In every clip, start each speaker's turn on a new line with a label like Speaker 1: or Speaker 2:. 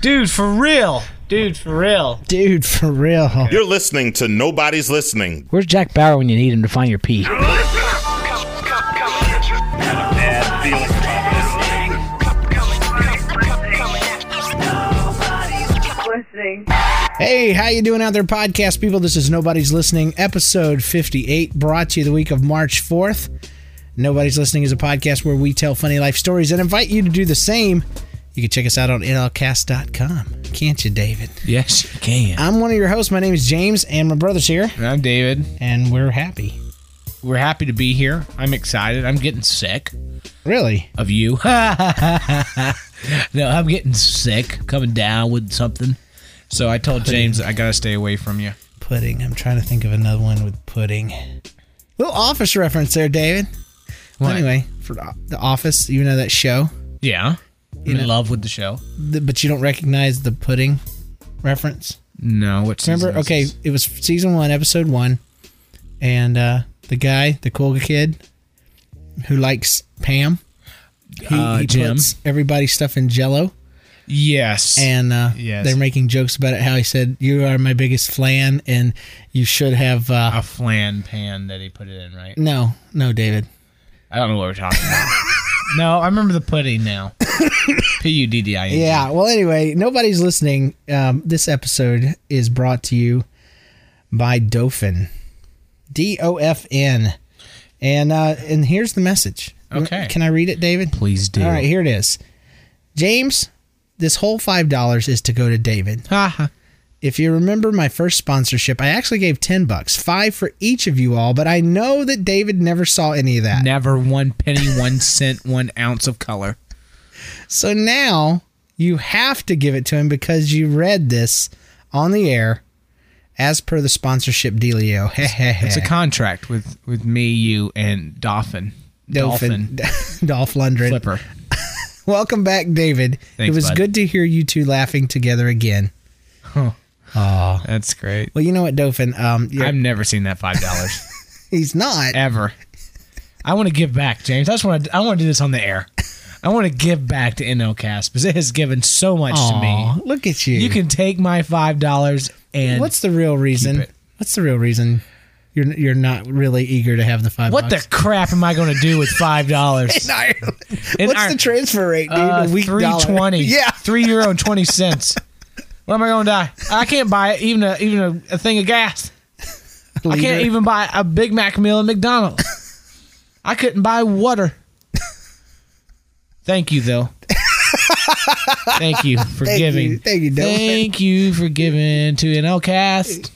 Speaker 1: Dude, for real. Dude, for real.
Speaker 2: Dude, for real.
Speaker 3: You're listening to Nobody's Listening.
Speaker 2: Where's Jack Bauer when you need him to find your pee?
Speaker 4: listening.
Speaker 2: Hey, how you doing out there, podcast people? This is Nobody's Listening, episode 58, brought to you the week of March 4th. Nobody's Listening is a podcast where we tell funny life stories and invite you to do the same. You can check us out on NLCast.com, can't you, David?
Speaker 1: Yes, you can.
Speaker 2: I'm one of your hosts. My name is James, and my brother's here,
Speaker 1: And I'm David.
Speaker 2: and we're happy.
Speaker 1: We're happy to be here. I'm excited. I'm getting sick
Speaker 2: Really?
Speaker 1: of you. no, I'm getting sick, coming down with something. So I told James I gotta stay away from you.
Speaker 2: Pudding. I'm trying to think of another one with pudding. Little office reference there, David.
Speaker 1: What?
Speaker 2: Anyway, for the The office, you know that show,
Speaker 1: Yeah.
Speaker 2: You
Speaker 1: in
Speaker 2: know-
Speaker 1: love with the show.
Speaker 2: The- but you don't recognize the pudding reference.
Speaker 1: No, what season
Speaker 2: Remember?
Speaker 1: is
Speaker 2: Okay,
Speaker 1: this?
Speaker 2: it was season one, episode one, and uh, the guy, the cool kid, who likes Pam, he,
Speaker 1: Uh,
Speaker 2: he
Speaker 1: Jim.
Speaker 2: puts everybody's stuff in Jello,
Speaker 1: Yes.
Speaker 2: and uh,
Speaker 1: Yes.
Speaker 2: they're making jokes about it. How he said, "You are my biggest flan, and you should have." Uh,
Speaker 1: a flan pan that he put it in, right?
Speaker 2: no, no, David.
Speaker 1: I don't know what we're talking about. no, I remember the pudding now. P U D D I N.
Speaker 2: Yeah. Well, anyway, nobody's listening. Um, this episode is brought to you by Dofin, D O F N, and uh, and here's the message.
Speaker 1: Okay.
Speaker 2: Can I read it, David?
Speaker 1: Please do.
Speaker 2: All right, here it is. James, this whole five dollars is to go to David.
Speaker 1: Haha.
Speaker 2: If you remember my first sponsorship, I actually gave ten bucks, five for each of you all. But I know that David never saw any of that.
Speaker 1: Never one penny, one cent, one ounce of color.
Speaker 2: So now you have to give it to him because you read this on the air as per the sponsorship dealio.
Speaker 1: It's a contract with with me, you, and Dolphin.
Speaker 2: Dolphin. Dolph Lundgren.
Speaker 1: Flipper.
Speaker 2: Welcome back, David. it
Speaker 1: Thanks,
Speaker 2: was
Speaker 1: bud.
Speaker 2: good to hear you two laughing together again.
Speaker 1: That's great.
Speaker 2: Well, you know what, Dofin? Um, you're-
Speaker 1: I've never seen that five dollars
Speaker 2: he's not.
Speaker 1: ever. I want to give back, James. I just want to. I want to do this on the air. I want to give back to NOCast because it has given so much
Speaker 2: Aw,
Speaker 1: to me.
Speaker 2: look at you.
Speaker 1: You can take my five dollars and
Speaker 2: What's the real reason?
Speaker 1: it.
Speaker 2: What's the real reason? You're you're not really eager to have the five.
Speaker 1: what the crap am I going to do with five dollars?
Speaker 2: the?
Speaker 1: In
Speaker 2: What's
Speaker 1: Ireland.
Speaker 2: the transfer rate, dude?
Speaker 1: Uh,
Speaker 2: a week
Speaker 1: three
Speaker 2: dollar.
Speaker 1: twenty.
Speaker 2: Yeah.
Speaker 1: three euro and twenty cents. What am I going to die? I can't buy even a even a, a thing of gas. I can't even buy a Big Mac meal at McDonald's. I couldn't buy water. Thank you though. Thank you for
Speaker 2: Thank you.
Speaker 1: giving.
Speaker 2: Thank you, Dylan.
Speaker 1: Thank you for giving to an outcast.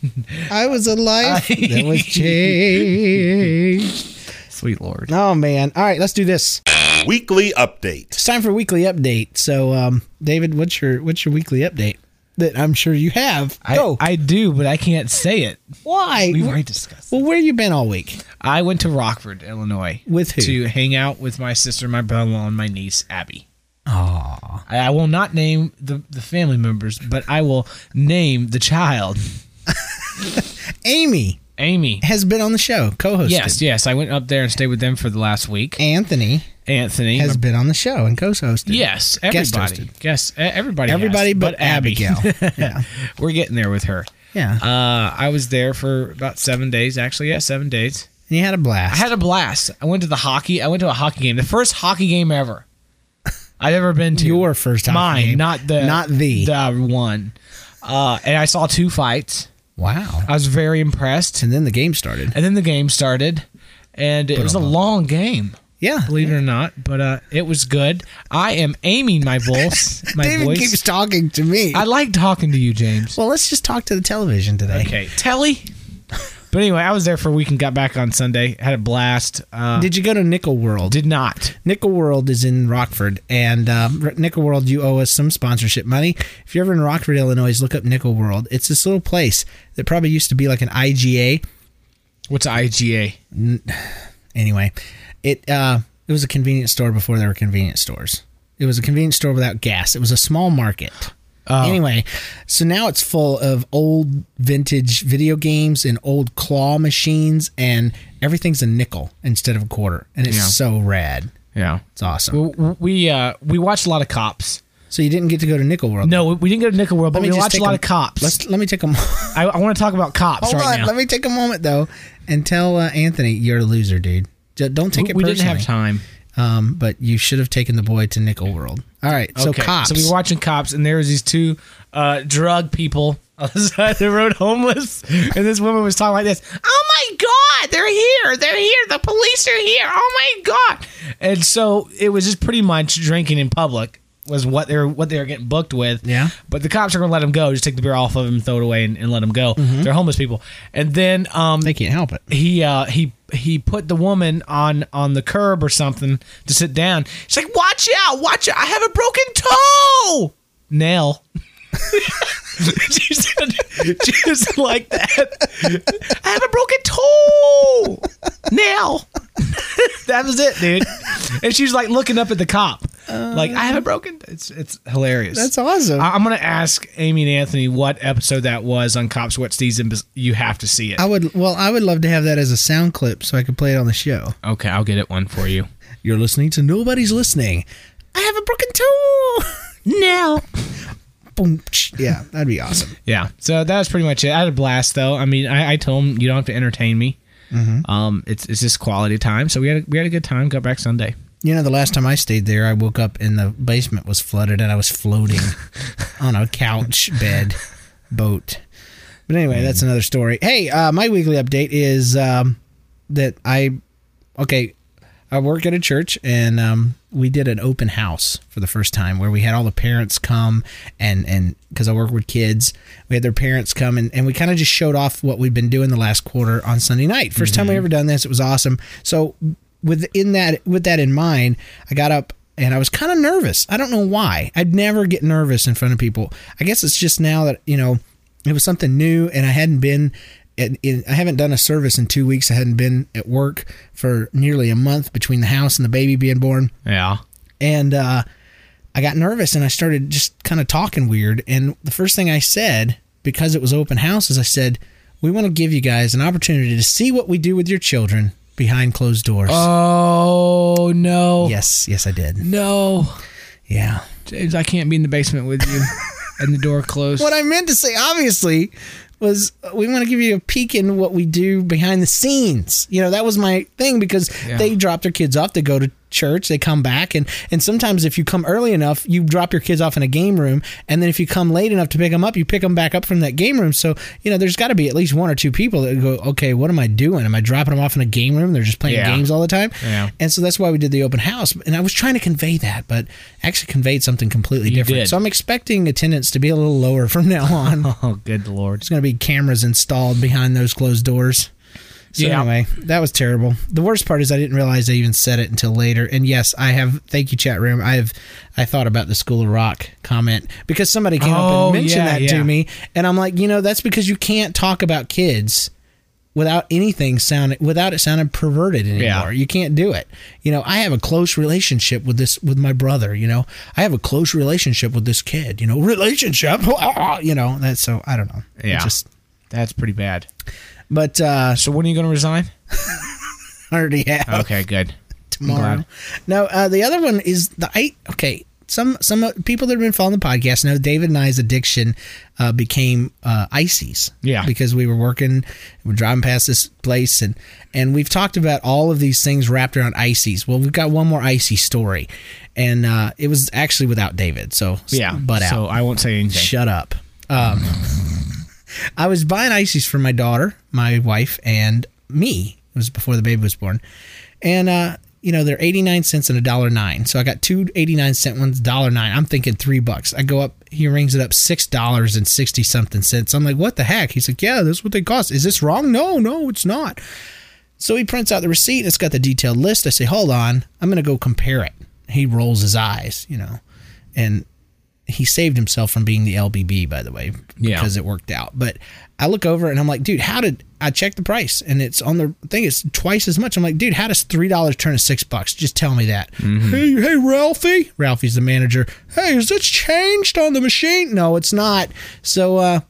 Speaker 2: I was alive. that was changed.
Speaker 1: Sweet Lord.
Speaker 2: Oh man! All right, let's do this.
Speaker 3: Weekly update.
Speaker 2: It's time for weekly update. So, um, David, what's your what's your weekly update that I'm sure you have?
Speaker 1: I,
Speaker 2: Go.
Speaker 1: I do, but I can't say it.
Speaker 2: Why?
Speaker 1: We might discuss.
Speaker 2: Well, where you been all week?
Speaker 1: I went to Rockford, Illinois,
Speaker 2: With who?
Speaker 1: to hang out with my sister, my brother-in-law, and my niece Abby. Aww. I, I will not name the the family members, but I will name the child,
Speaker 2: Amy
Speaker 1: Amy.
Speaker 2: has been on the show, co-hosted.
Speaker 1: Yes, yes. I went up there and stayed with them for the last week.
Speaker 2: Anthony
Speaker 1: Anthony
Speaker 2: has
Speaker 1: my-
Speaker 2: been on the show and co-hosted.
Speaker 1: Yes,
Speaker 2: Guest
Speaker 1: everybody.
Speaker 2: hosted.
Speaker 1: Yes, e- everybody. has,
Speaker 2: Everybody but, Abigail. yeah.
Speaker 1: We're getting there with her.
Speaker 2: Yeah.
Speaker 1: Uh, I was there for about seven days, actually. Yeah, seven days.
Speaker 2: And you had a blast.
Speaker 1: I had a blast. I went to the hockey. I went to a hockey game, the first hockey game ever. I've ever been to.
Speaker 2: Your first hockey
Speaker 1: mine,
Speaker 2: game.
Speaker 1: not the
Speaker 2: Not the.
Speaker 1: the one. Uh, and I saw two fights.
Speaker 2: Wow.
Speaker 1: I was very impressed.
Speaker 2: And then the game started.
Speaker 1: And then the game started, and it was a long game.
Speaker 2: Yeah.
Speaker 1: Believe it or not, but uh, it was good. I am aiming my voice. My
Speaker 2: David
Speaker 1: voice.
Speaker 2: keeps talking to me.
Speaker 1: I like talking to you, James.
Speaker 2: well, let's just talk to the television today.
Speaker 1: Okay, Telly. But anyway, I was there for a week and got back on Sunday. Had a blast. Uh,
Speaker 2: Did you go to Nickel World?
Speaker 1: did not.
Speaker 2: Nickel World is in Rockford, and um, R- Nickel World, you owe us some sponsorship money. If you're ever in Rockford, Illinois, look up Nickel World. It's this little place that probably used to be like an IGA.
Speaker 1: What's IGA?
Speaker 2: Anyway, it uh, it was a convenience store before there were convenience stores. It was a convenience store without gas. It was a small market.
Speaker 1: Oh.
Speaker 2: Anyway, so now it's full of old vintage video games and old claw machines, and everything's a nickel instead of a quarter, and it's
Speaker 1: Yeah.
Speaker 2: so rad.
Speaker 1: Yeah.
Speaker 2: It's awesome.
Speaker 1: W- We uh, we watched a lot of cops.
Speaker 2: so you didn't get to go to Nickel World.
Speaker 1: No, we didn't go to Nickel World, but we
Speaker 2: just
Speaker 1: watched a
Speaker 2: take
Speaker 1: lot of cops.
Speaker 2: Let's let me take a mo- hold
Speaker 1: I, I want to talk about cops right
Speaker 2: on.
Speaker 1: now.
Speaker 2: Let me take a moment though and tell uh, Anthony you're a loser, dude. J- don't take
Speaker 1: we,
Speaker 2: it
Speaker 1: we
Speaker 2: personally.
Speaker 1: didn't have time.
Speaker 2: Um, but you should have taken the boy to Nickel World. All right, so cops.
Speaker 1: So we were watching cops, and there was these two uh, drug people on the side of the road, homeless. And this woman was talking like this: "Oh my God, they're here! They're here! The police are here! Oh my God!" And so it was just pretty much drinking in public was what they're what they were getting booked with.
Speaker 2: Yeah.
Speaker 1: But the cops are going to let them go. Just take the beer off of them, throw it away, and, and let them go.
Speaker 2: Mm-hmm.
Speaker 1: They're homeless people. And then um,
Speaker 2: they can't help it.
Speaker 1: he uh he he put the woman on on the curb or something to sit down. She's like, "Watch out! Watch out! I have a broken toe." Nail. she said, just like that. I have a broken toe. Nail. that was it, dude. And she's like looking up at the cop, like, "I have a broken." It's it's hilarious.
Speaker 2: That's awesome.
Speaker 1: I- I'm gonna ask Amy and Anthony what episode that was on Cops What Season. because You have to see it.
Speaker 2: I would well, I would love to have that as a sound clip so I could play it on the show.
Speaker 1: Okay, I'll get it one for you.
Speaker 2: You're listening to nobody's listening. I have a broken toe.
Speaker 1: No.
Speaker 2: Boom. Yeah, that'd be awesome.
Speaker 1: Yeah. So that was pretty much it. I had a blast though. I mean, I, I told him you don't have to entertain me. Um, it's it's just quality time. So we had a, we had a good time. Got back Sunday.
Speaker 2: You know, the last time I stayed there, I woke up and the basement was flooded and I was floating on a couch, bed, boat. But anyway, that's another story. Hey, uh, my weekly update is um, that I, okay, I work at a church and um, we did an open house for the first time where we had all the parents come and, and because I work with kids, we had their parents come and, and we kind of just showed off what we'd been doing the last quarter on Sunday night. 1st time we ever done this. It was awesome. So within that with that in mind, I got up and I was kind of nervous. I don't know why. I'd never get nervous in front of people. I guess it's just now that you know it was something new, and I hadn't been. At, in, I haven't done a service in two weeks. I hadn't been at work for nearly a month between the house and the baby being born
Speaker 1: Yeah.
Speaker 2: and uh, I got nervous and I started just kind of talking weird. And the first thing I said, because it was open house, is I said, "We want to give you guys an opportunity to see what we do with your children behind closed doors."
Speaker 1: Oh no.
Speaker 2: yes, yes, I did.
Speaker 1: No,
Speaker 2: Yeah.
Speaker 1: James, I can't be in the basement with you, and the door closed.
Speaker 2: What I meant to say, obviously, was uh, we want to give you a peek in what we do behind the scenes. You know, that was my thing because
Speaker 1: Yeah.
Speaker 2: they drop their kids off, they go to church, they come back, and and sometimes if you come early enough, you drop your kids off in a game room, and then if you come late enough to pick them up, you pick them back up from that game room. So you know, there's got to be at least one or two people that go, okay, what am I doing? Am I dropping them off in a game room? They're just playing
Speaker 1: Yeah.
Speaker 2: games all the time,
Speaker 1: Yeah.
Speaker 2: and so that's why we did the open house. And I was trying to convey that, but actually conveyed something completely different.
Speaker 1: did.
Speaker 2: So I'm expecting attendance to be a little lower from now on. There's
Speaker 1: oh, good lord.
Speaker 2: going to be cameras installed behind those closed doors. So
Speaker 1: Yeah.
Speaker 2: anyway, that was terrible. The worst part is I didn't realize I even said it until later. And yes, I have. Thank you, chat room. I have. I thought about the School of Rock comment because somebody came up
Speaker 1: Oh,
Speaker 2: and mentioned
Speaker 1: yeah,
Speaker 2: that
Speaker 1: yeah.
Speaker 2: to me, and I'm like, you know, that's because you can't talk about kids without anything sounding without it sounding perverted anymore.
Speaker 1: Yeah.
Speaker 2: You can't do it. You know, I have a close relationship with this with my brother, you know. I have a close relationship with this kid, you know. Relationship. you know, that's so I don't know. It
Speaker 1: Yeah.
Speaker 2: Just
Speaker 1: That's pretty bad.
Speaker 2: but uh
Speaker 1: So when are you going to resign?
Speaker 2: I already have
Speaker 1: Okay, good.
Speaker 2: tomorrow.
Speaker 1: glad.
Speaker 2: No, uh the other one is the I okay. some some uh, people that have been following the podcast know David and I's addiction uh, became uh, ices.
Speaker 1: Yeah.
Speaker 2: because we were working, we are driving past this place, and and we've talked about all of these things wrapped around ices. Well, we've got one more icy story, and uh, it was actually without David. So s-
Speaker 1: Yeah.
Speaker 2: butt out.
Speaker 1: So I won't say anything.
Speaker 2: Shut up. Um, I was buying ices for my daughter, my wife, and me. It was before the baby was born, and uh, you know they're eighty nine cents and a dollar nine. So I got two 89 cent ones, dollar nine. I'm thinking three bucks. I go up. He rings it up six dollars and sixty something cents. I'm like, what the heck? He's like, yeah, that's what they cost. Is this wrong? No, no, it's not. So he prints out the receipt. and It's got the detailed list. I say, hold on, I'm gonna go compare it. He rolls his eyes, you know, and he saved himself from being the LBB, by the way,
Speaker 1: Yeah.
Speaker 2: because it worked out. But I look over and I'm like, dude, how did I check the price? And it's on the thing, it's twice as much. I'm like, dude, how does three dollars turn to six bucks? Just tell me that. Hey, hey, Ralphie. Ralphie's the manager. Hey, is this changed on the machine? No, it's not. So uh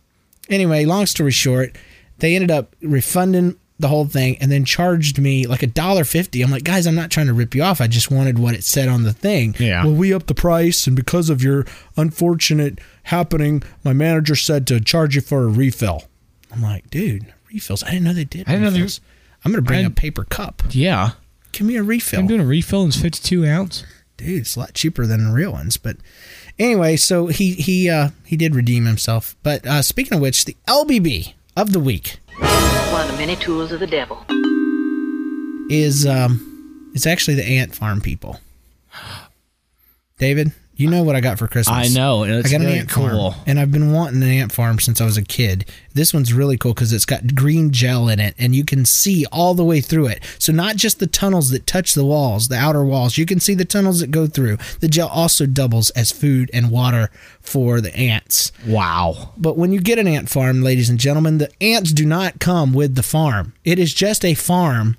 Speaker 2: anyway, long story short, they ended up refunding the whole thing and then charged me like a dollar fifty. I'm like, guys, I'm not trying to rip you off. I just wanted what it said on the thing.
Speaker 1: Yeah.
Speaker 2: Well, we upped the price, and because of your unfortunate happening, my manager said to charge you for a refill. I'm like, dude, refills. I didn't know they did.
Speaker 1: I didn't know they-
Speaker 2: refills. I'm gonna bring
Speaker 1: I-
Speaker 2: a paper cup.
Speaker 1: Yeah.
Speaker 2: Give me a
Speaker 1: I'm
Speaker 2: refill
Speaker 1: doing a refill and it's 52 ounce.
Speaker 2: dude, it's a lot cheaper than the real ones. But anyway, so he he uh, he did redeem himself. But uh, speaking of which, the LBB of the week
Speaker 4: One of the many tools of the devil.
Speaker 2: is um, it's actually the Ant Farm people. David, you know what I got for Christmas?
Speaker 1: I know, and it's
Speaker 2: I got
Speaker 1: really
Speaker 2: an ant farm,
Speaker 1: cool.
Speaker 2: and I've been wanting an ant farm since I was a kid. This one's really cool because it's got green gel in it, and you can see all the way through it. So not just the tunnels that touch the walls, the outer walls, you can see the tunnels that go through. The gel also doubles as food and water for the ants.
Speaker 1: Wow.
Speaker 2: But when you get an ant farm, ladies and gentlemen, the ants do not come with the farm. It is just a farm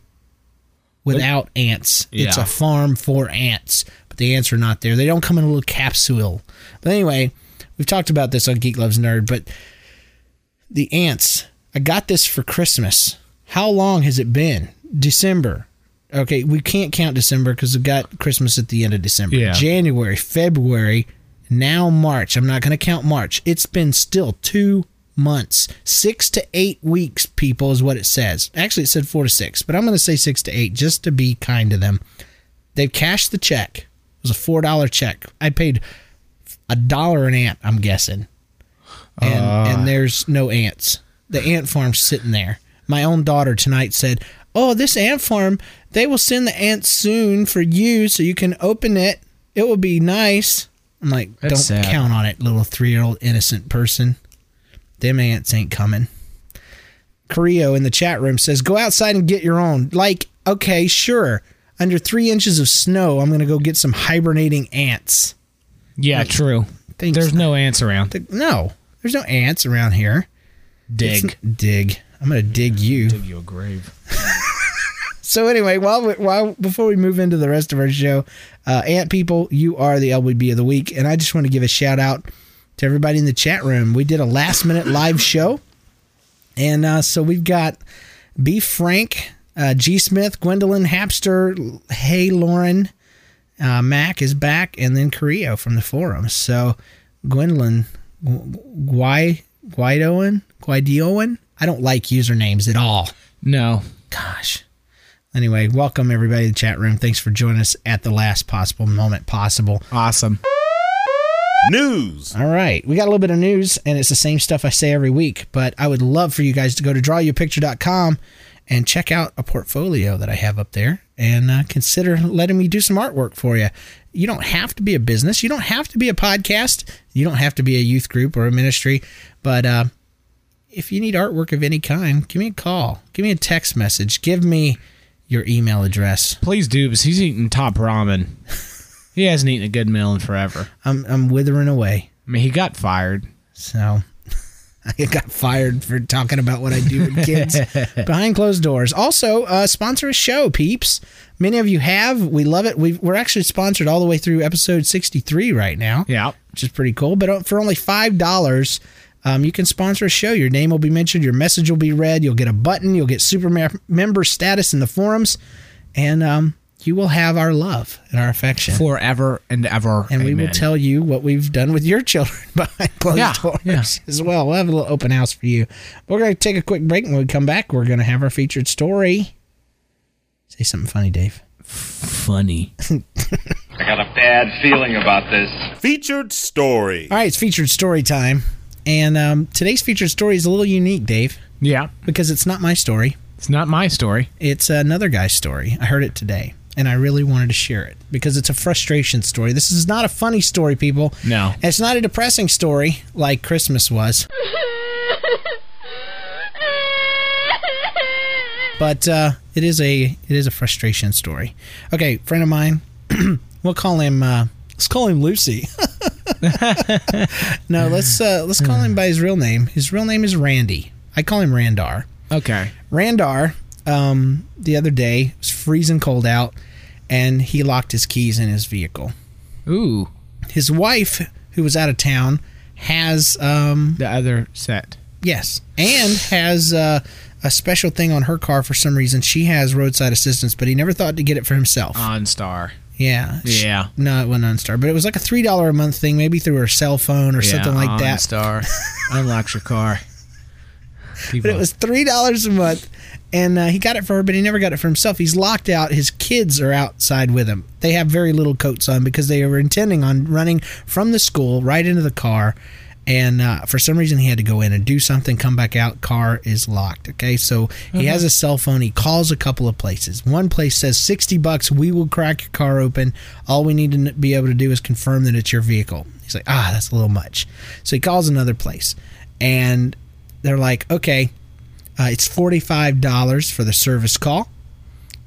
Speaker 2: without ants. It's
Speaker 1: Yeah.
Speaker 2: a farm for ants, but the ants are not there. They don't come in a little capsule. But anyway, we've talked about this on Geek Loves Nerd, but the ants, I got this for Christmas. How long has it been? December. Okay, we can't count December because we've got Christmas at the end of December.
Speaker 1: Yeah.
Speaker 2: January, February, now March. I'm not going to count March. It's been still two months. Six to eight weeks, people, is what it says. Actually, it said four to six, but I'm going to say six to eight just to be kind to them. They've cashed the check. It was a $4 check. I paid a dollar an ant, I'm guessing. And,
Speaker 1: Ah.
Speaker 2: and there's no ants. The ant farm's sitting there. My own daughter tonight said, Oh, this ant farm, they will send the ants soon for you so you can open it. It will be nice. I'm like,
Speaker 1: That's
Speaker 2: Don't
Speaker 1: sad.
Speaker 2: count on it, little three year old innocent person. Them ants ain't coming. Creo in the chat room says, "Go outside and get your own." Like, okay, sure. Under three inches of snow, I'm gonna go get some hibernating ants.
Speaker 1: Yeah, true.
Speaker 2: Thanks.
Speaker 1: There's no ants around.
Speaker 2: Th- No, there's no ants around here.
Speaker 1: Dig.
Speaker 2: It's n- dig. I'm gonna dig you.
Speaker 1: you a grave.
Speaker 2: So anyway, while we, while before we move into the rest of our show, uh, ant people, you are the LWB of the week, and I just want to give a shout out to everybody in the chat room. We did a last minute live show, and uh, so we've got B Frank, uh, G Smith, Gwendolyn Hapster, Hey Lauren, uh, Mac is back, and then Carrillo from the forum. So Gwendolyn, Guy Guidoan, Guidioan. I don't like usernames at all.
Speaker 1: No.
Speaker 2: Gosh. Anyway, welcome everybody to the chat room. Thanks for joining us at the last possible moment possible.
Speaker 1: Awesome.
Speaker 3: News.
Speaker 2: All right, we got a little bit of news, and it's the same stuff I say every week, but I would love for you guys to go to drawyourpicture.com and check out a portfolio that I have up there and uh, consider letting me do some artwork for you. You don't have to be a business, you don't have to be a podcast, you don't have to be a youth group or a ministry, but uh, if you need artwork of any kind, give me a call, give me a text message, give me your email address.
Speaker 1: Please do, because he's eating top ramen. he hasn't eaten a good meal in forever.
Speaker 2: I'm, I'm withering away.
Speaker 1: I mean, he got fired.
Speaker 2: So I got fired for talking about what I do with kids behind closed doors. Also, uh, sponsor a show, peeps. Many of you have. We love it. We've, we're actually sponsored all the way through episode 63 right now
Speaker 1: Yeah.
Speaker 2: which is pretty cool. But uh, for only five dollars, um, you can sponsor a show. Your name will be mentioned. Your message will be read. You'll get a button. You'll get super mem- member status in the forums, and um, you will have our love and our affection.
Speaker 1: forever and ever.
Speaker 2: and we will
Speaker 1: Amen.
Speaker 2: tell you what we've done with your children behind closed
Speaker 1: Yeah,
Speaker 2: doors
Speaker 1: yeah.
Speaker 2: as well. We'll have a little open house for you. We're going to take a quick break, and when we come back, we're going to have our featured story. Say something funny, Dave.
Speaker 1: funny.
Speaker 5: I got a bad feeling about this.
Speaker 3: Featured story.
Speaker 2: All right, it's featured story time, and um, today's featured story is a little unique, Dave,
Speaker 1: Yeah,
Speaker 2: because it's not my story.
Speaker 1: it's not my story.
Speaker 2: It's another guy's story. I heard it today, and I really wanted to share it because it's a frustration story. This is not a funny story, people.
Speaker 1: No.
Speaker 2: it's not a depressing story like Christmas was. but uh, it is a it is a frustration story. Okay, friend of mine, we'll call him uh, let's call him Lucy. no, let's uh, let's call him by his real name. His real name is Randy. I call him Randar.
Speaker 1: Okay.
Speaker 2: Randar, um, the other day it was freezing cold out, and he locked his keys in his vehicle.
Speaker 1: Ooh,
Speaker 2: His wife, who was out of town, has um,
Speaker 1: the other set.
Speaker 2: Yes, and has uh, a special thing on her car for some reason. She has roadside assistance, but he never thought to get it for himself.
Speaker 1: On star.
Speaker 2: yeah, She-
Speaker 1: Uh, yeah.
Speaker 2: no, it wasn't OnStar, but it was like a three dollar a month thing, maybe through her cell phone or something like that.
Speaker 1: Star unlocks your car. People,
Speaker 2: But it was three dollars a month, and uh, he got it for her, but he never got it for himself. He's locked out. His kids are outside with him. They have very little coats on because they were intending on running from the school right into the car. And uh, for some reason, he had to go in and do something, come back out. Car is locked. Okay, so he has a cell phone. He calls a couple of places. One place says sixty bucks. We will crack your car open. All we need to n- be able to do is confirm that it's your vehicle. He's like, ah, that's a little much. So he calls another place, and they're like, okay, uh, it's forty five dollars for the service call,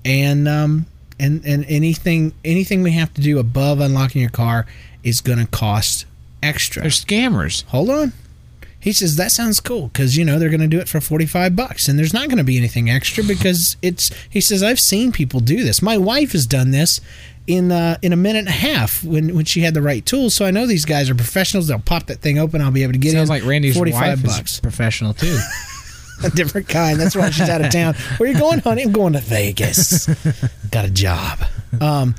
Speaker 2: and um, and and anything anything we have to do above unlocking your car is going to cost extra.
Speaker 1: they're scammers.
Speaker 2: Hold on, he says that sounds cool because you know they're going to do it for forty five bucks, and there's not going to be anything extra because it's. He says I've seen people do this. My wife has done this. In, uh, in a minute and a half when, when she had the right tools so i know these guys are professionals they'll pop that thing open i'll be able to get
Speaker 1: Sounds
Speaker 2: in
Speaker 1: like Randy's
Speaker 2: 45
Speaker 1: wife
Speaker 2: bucks
Speaker 1: is professional too.
Speaker 2: a different kind. That's why she's out of town. Where you going, honey? I'm going to Vegas. Got a job. Um.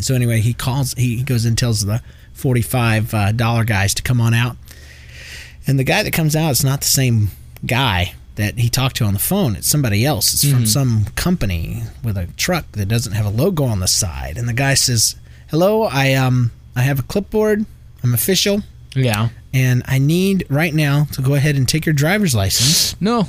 Speaker 2: So anyway, he calls. He goes and tells the forty-five uh, dollar guys to come on out. And the guy that comes out is not the same guy that he talked to on the phone. It's somebody else. It's from some company with a truck that doesn't have a logo on the side. And the guy says, "Hello, I um, I have a clipboard. I'm official."
Speaker 1: yeah.
Speaker 2: And I need right now to go ahead and take your driver's license
Speaker 1: No.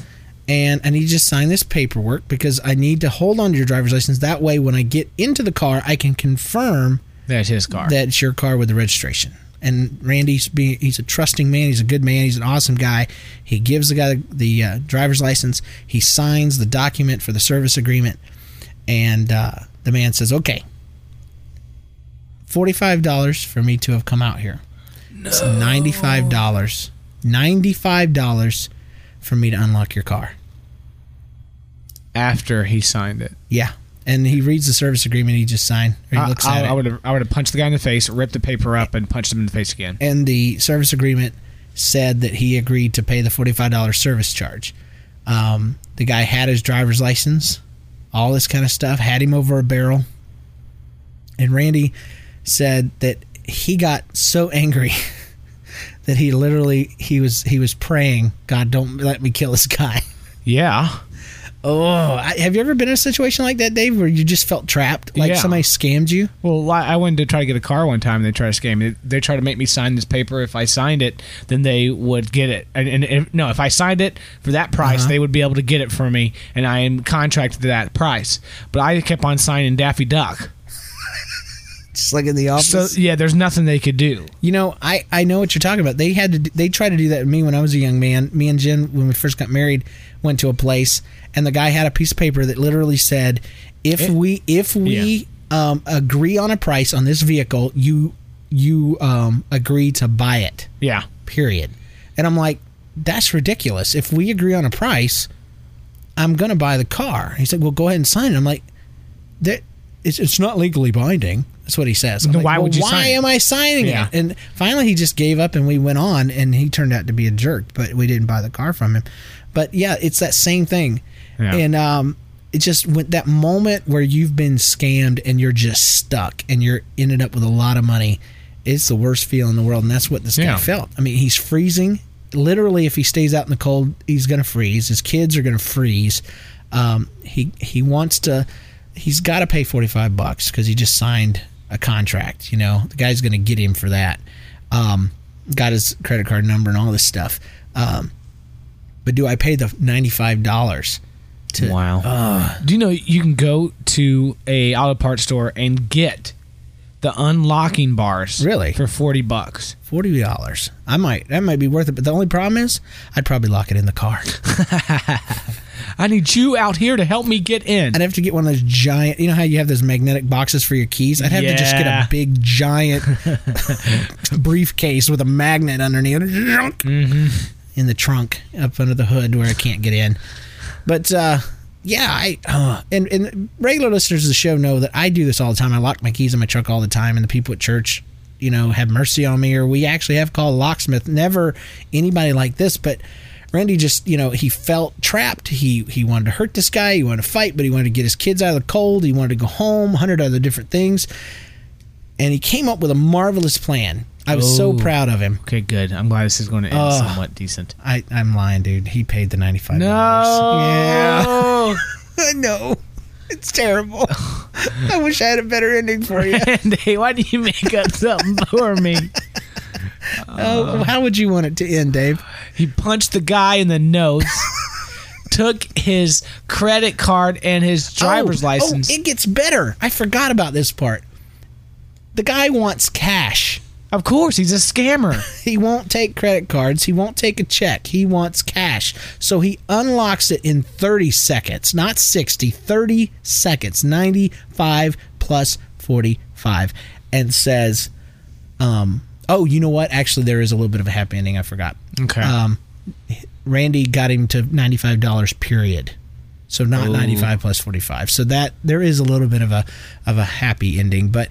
Speaker 2: and I need you to sign this paperwork because I need to hold on to your driver's license. That way, when I get into the car, I can confirm
Speaker 1: That's his car.
Speaker 2: that it's your car with the registration. And Randy's being, he's a trusting man. He's a good man. He's an awesome guy. He gives the guy the, the uh, driver's license. He signs the document for the service agreement. And uh, the man says, okay, $45 for me to have come out here. It's $95. $95 for me to unlock your car.
Speaker 1: After he signed it,
Speaker 2: Yeah, and he reads the service agreement he just signed. Or he
Speaker 1: I,
Speaker 2: looks at it.
Speaker 1: would have. I would have punched the guy in the face, ripped the paper up, and punched him in the face again.
Speaker 2: and the service agreement said that he agreed to pay the forty-five dollar service charge. Um, the guy had his driver's license, all this kind of stuff. Had him over a barrel, and Randy said that he got so angry that he literally he was he was praying, God, don't let me kill this guy.
Speaker 1: Yeah.
Speaker 2: Oh, I, have you ever been in a situation like that, Dave, where you just felt trapped, like
Speaker 1: Yeah.
Speaker 2: somebody scammed you?
Speaker 1: Well, li- I went to try to get a car one time. and They tried to scam me. They tried to make me sign this paper. If I signed it, then they would get it. And, and if, no, if I signed it for that price,
Speaker 2: Uh-huh.
Speaker 1: they would be able to get it for me. And I am contracted to that price. But I kept on signing Daffy Duck.
Speaker 2: Just like in the office.
Speaker 1: So yeah, there's nothing they could do.
Speaker 2: You know, I, I know what you're talking about. They had to do- they tried to do that to me when I was a young man. Me and Jen, when we first got married, went to a place, and the guy had a piece of paper that literally said, "If we if we um, agree on a price on this vehicle, you you um, agree to buy it."
Speaker 1: Yeah.
Speaker 2: Period. And I'm like, that's ridiculous. If we agree on a price, I'm gonna buy the car. He's like, well, go ahead and sign it. I'm like, that it's, it's not legally binding. That's what he says. I'm
Speaker 1: Then
Speaker 2: like,
Speaker 1: why
Speaker 2: "Well,
Speaker 1: would you
Speaker 2: Why
Speaker 1: sign it?"
Speaker 2: am I signing
Speaker 1: Yeah.
Speaker 2: it? And finally, he just gave up, and we went on. And he turned out to be a jerk, but we didn't buy the car from him. But yeah, it's that same thing.
Speaker 1: Yeah.
Speaker 2: And um, it just went that moment where you've been scammed and you're just stuck and you're ended up with a lot of money. It's the worst feeling in the world, and that's what this
Speaker 1: Yeah.
Speaker 2: guy felt. I mean, he's freezing. Literally, if he stays out in the cold, he's going to freeze. His kids are going to freeze. Um, he he wants to. He's got to pay forty five bucks because he just signed a contract. You know, the guy's going to get him for that. Um, got his credit card number and all this stuff. Um, but do I pay the ninety five dollars? To uh,
Speaker 1: Wow. Do you know you can go to a auto parts store and get the unlocking bars
Speaker 2: Really?
Speaker 1: for 40 bucks.
Speaker 2: Forty dollars. I might. That might be worth it. But the only problem is, I'd probably lock it in the car.
Speaker 1: I need you out here to help me get in.
Speaker 2: I'd have to get one of those giant. You know how you have those magnetic boxes for your keys. I'd have to just get
Speaker 1: Yeah.
Speaker 2: a big giant briefcase with a magnet underneath
Speaker 1: Mm-hmm.
Speaker 2: in the trunk up under the hood where I can't get in. But uh, yeah, I uh, and and regular listeners of the show know that I do this all the time. I lock my keys in my truck all the time, and the people at church, you know, have mercy on me. Or we actually have called a locksmith. Never anybody like this, but. Randy just, you know, he felt trapped. He he wanted to hurt this guy. He wanted to fight, but he wanted to get his kids out of the cold. He wanted to go home. A hundred other different things, and he came up with a marvelous plan. I was so
Speaker 1: Oh.
Speaker 2: proud of him.
Speaker 1: okay, good. I'm glad this is going to end somewhat decent.
Speaker 2: I, I'm lying, dude. He paid the ninety five.
Speaker 1: No.
Speaker 2: I know. It's terrible. I wish I had a better ending for you.
Speaker 1: Randy, why do you make up something for me?
Speaker 2: Oh, how would you want it to end, Dave?
Speaker 1: He punched the guy in the nose, took his credit card and his driver's
Speaker 2: Oh,
Speaker 1: license.
Speaker 2: Oh, it gets better. I forgot about this part. The guy wants cash.
Speaker 1: of course, he's a scammer.
Speaker 2: He won't take credit cards. He won't take a check. He wants cash. So he unlocks it in 30 seconds, not 60, 30 seconds, 95 plus 45, and says, um, oh, you know what? Actually, there is a little bit of a happy ending. I forgot.
Speaker 1: Okay.
Speaker 2: Um, Randy got him to $95 period. So not 95 plus 45. So that there is a little bit of a of a happy ending, but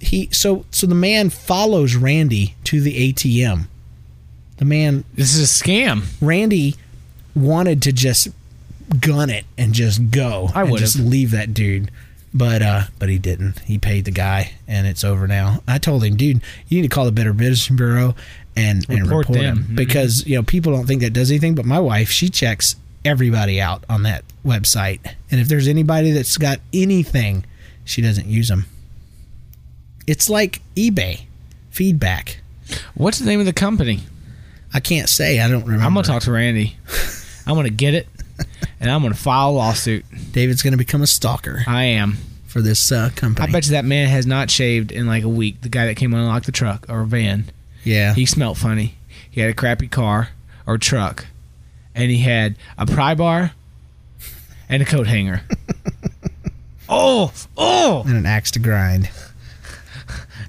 Speaker 2: he so so the man follows Randy to the ATM. The man
Speaker 1: this is a scam.
Speaker 2: Randy wanted to just gun it and just go.
Speaker 1: I
Speaker 2: and
Speaker 1: would've.
Speaker 2: just leave that dude. But uh but he didn't. He paid the guy and it's over now. I told him, dude, you need to call the Better Business Bureau and and
Speaker 1: Report
Speaker 2: report,
Speaker 1: them.
Speaker 2: him
Speaker 1: Mhm.
Speaker 2: because you know people don't think that does anything, but my wife, she checks everybody out on that website. And if there's anybody that's got anything, she doesn't use them. It's like eBay feedback.
Speaker 1: What's the name of the company?
Speaker 2: I can't say. I don't remember.
Speaker 1: I'm gonna talk to Randy. I'm gonna get it, and I'm gonna file a lawsuit.
Speaker 2: David's going to become a stalker.
Speaker 1: I am.
Speaker 2: for this uh,
Speaker 1: I
Speaker 2: company.
Speaker 1: bet you that man has not shaved in like a week. The guy that came and unlocked the truck or van,
Speaker 2: yeah,
Speaker 1: he smelled funny. He had a crappy car or truck, and he had a pry bar and a coat hanger. oh, oh!
Speaker 2: and an axe to grind.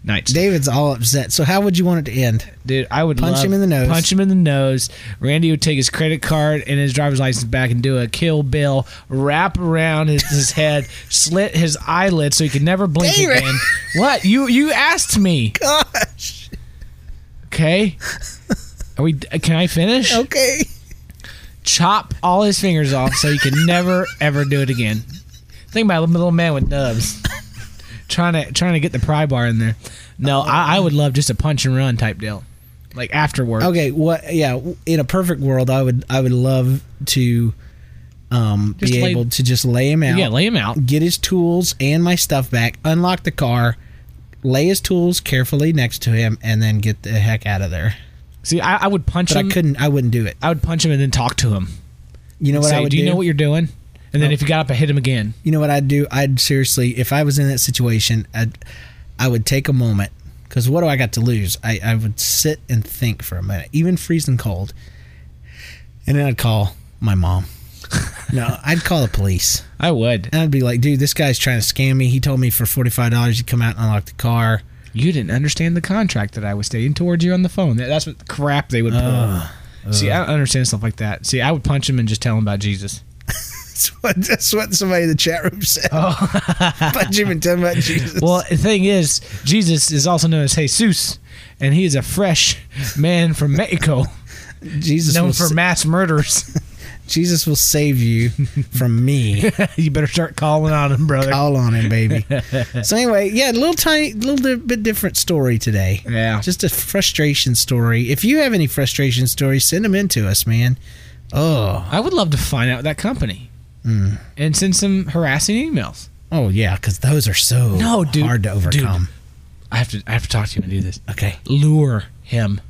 Speaker 1: Nights.
Speaker 2: David's all upset. So how would you want it to end?
Speaker 1: Dude, I would
Speaker 2: Punch
Speaker 1: love-
Speaker 2: him in the nose.
Speaker 1: Punch him in the nose. Randy would take his credit card and his driver's license back and do a kill bill, wrap around his, his head, slit his eyelid so he could never blink
Speaker 2: David.
Speaker 1: again. What you you asked me? Gosh. Okay. Are we? uh, Can I finish?
Speaker 2: Okay.
Speaker 1: Chop all his fingers off so he can never ever do it again. Think about a little man with nubs. Trying to trying to get the pry bar in there.
Speaker 2: Oh,
Speaker 1: No, I, I would love just a punch and run type deal, like afterward.
Speaker 2: Okay. What? Yeah. w- In a perfect world, I would I would love to um,
Speaker 1: Just
Speaker 2: be
Speaker 1: lay-
Speaker 2: able to just lay him out.
Speaker 1: Yeah, lay him out.
Speaker 2: Get his tools and my stuff back. Unlock the car. Lay his tools carefully next to him, and then get the heck out of there.
Speaker 1: See, I, I would punch
Speaker 2: But
Speaker 1: him.
Speaker 2: I couldn't. I wouldn't do it.
Speaker 1: I would punch him and then talk to him.
Speaker 2: You know what
Speaker 1: Say,
Speaker 2: I would
Speaker 1: do Oh.
Speaker 2: do?
Speaker 1: you know what you're doing? And then if he got up, I hit him again.
Speaker 2: you know what I'd do? I'd seriously, if I was in that situation, I'd, I would take a moment because what do I got to lose? I, I would sit and think for a minute, even freezing cold. And then I'd call my mom. no, I'd call the police.
Speaker 1: I would.
Speaker 2: And I'd be like, dude, this guy's trying to scam me. He told me for $45 he'd come out and unlock the car.
Speaker 1: You didn't understand the contract that I was stating towards you on the phone. That- That's what crap they would pull. See, I don't understand stuff like that. See, I would punch him and just tell him about Jesus.
Speaker 2: That's what, that's what somebody in the chat room said. Oh. Punch him and tell him about Jesus.
Speaker 1: Well, the thing is, Jesus is also known as Jesus, and he is a fresh man from Mexico,
Speaker 2: Jesus
Speaker 1: known
Speaker 2: will
Speaker 1: for
Speaker 2: s-
Speaker 1: mass murders.
Speaker 2: Jesus will save you from me.
Speaker 1: you better start calling on him, brother.
Speaker 2: Call on him, baby. So anyway, yeah, a little tiny, little di- bit different story today.
Speaker 1: Yeah.
Speaker 2: just a frustration story. If you have any frustration stories, send them in to us, man. Oh,
Speaker 1: I would love to find out that company and send some harassing emails.
Speaker 2: oh yeah, because those are so
Speaker 1: No, dude.
Speaker 2: hard to
Speaker 1: Dude.
Speaker 2: overcome.
Speaker 1: I have to I have to talk to you and do this.
Speaker 2: Okay,
Speaker 1: Lure him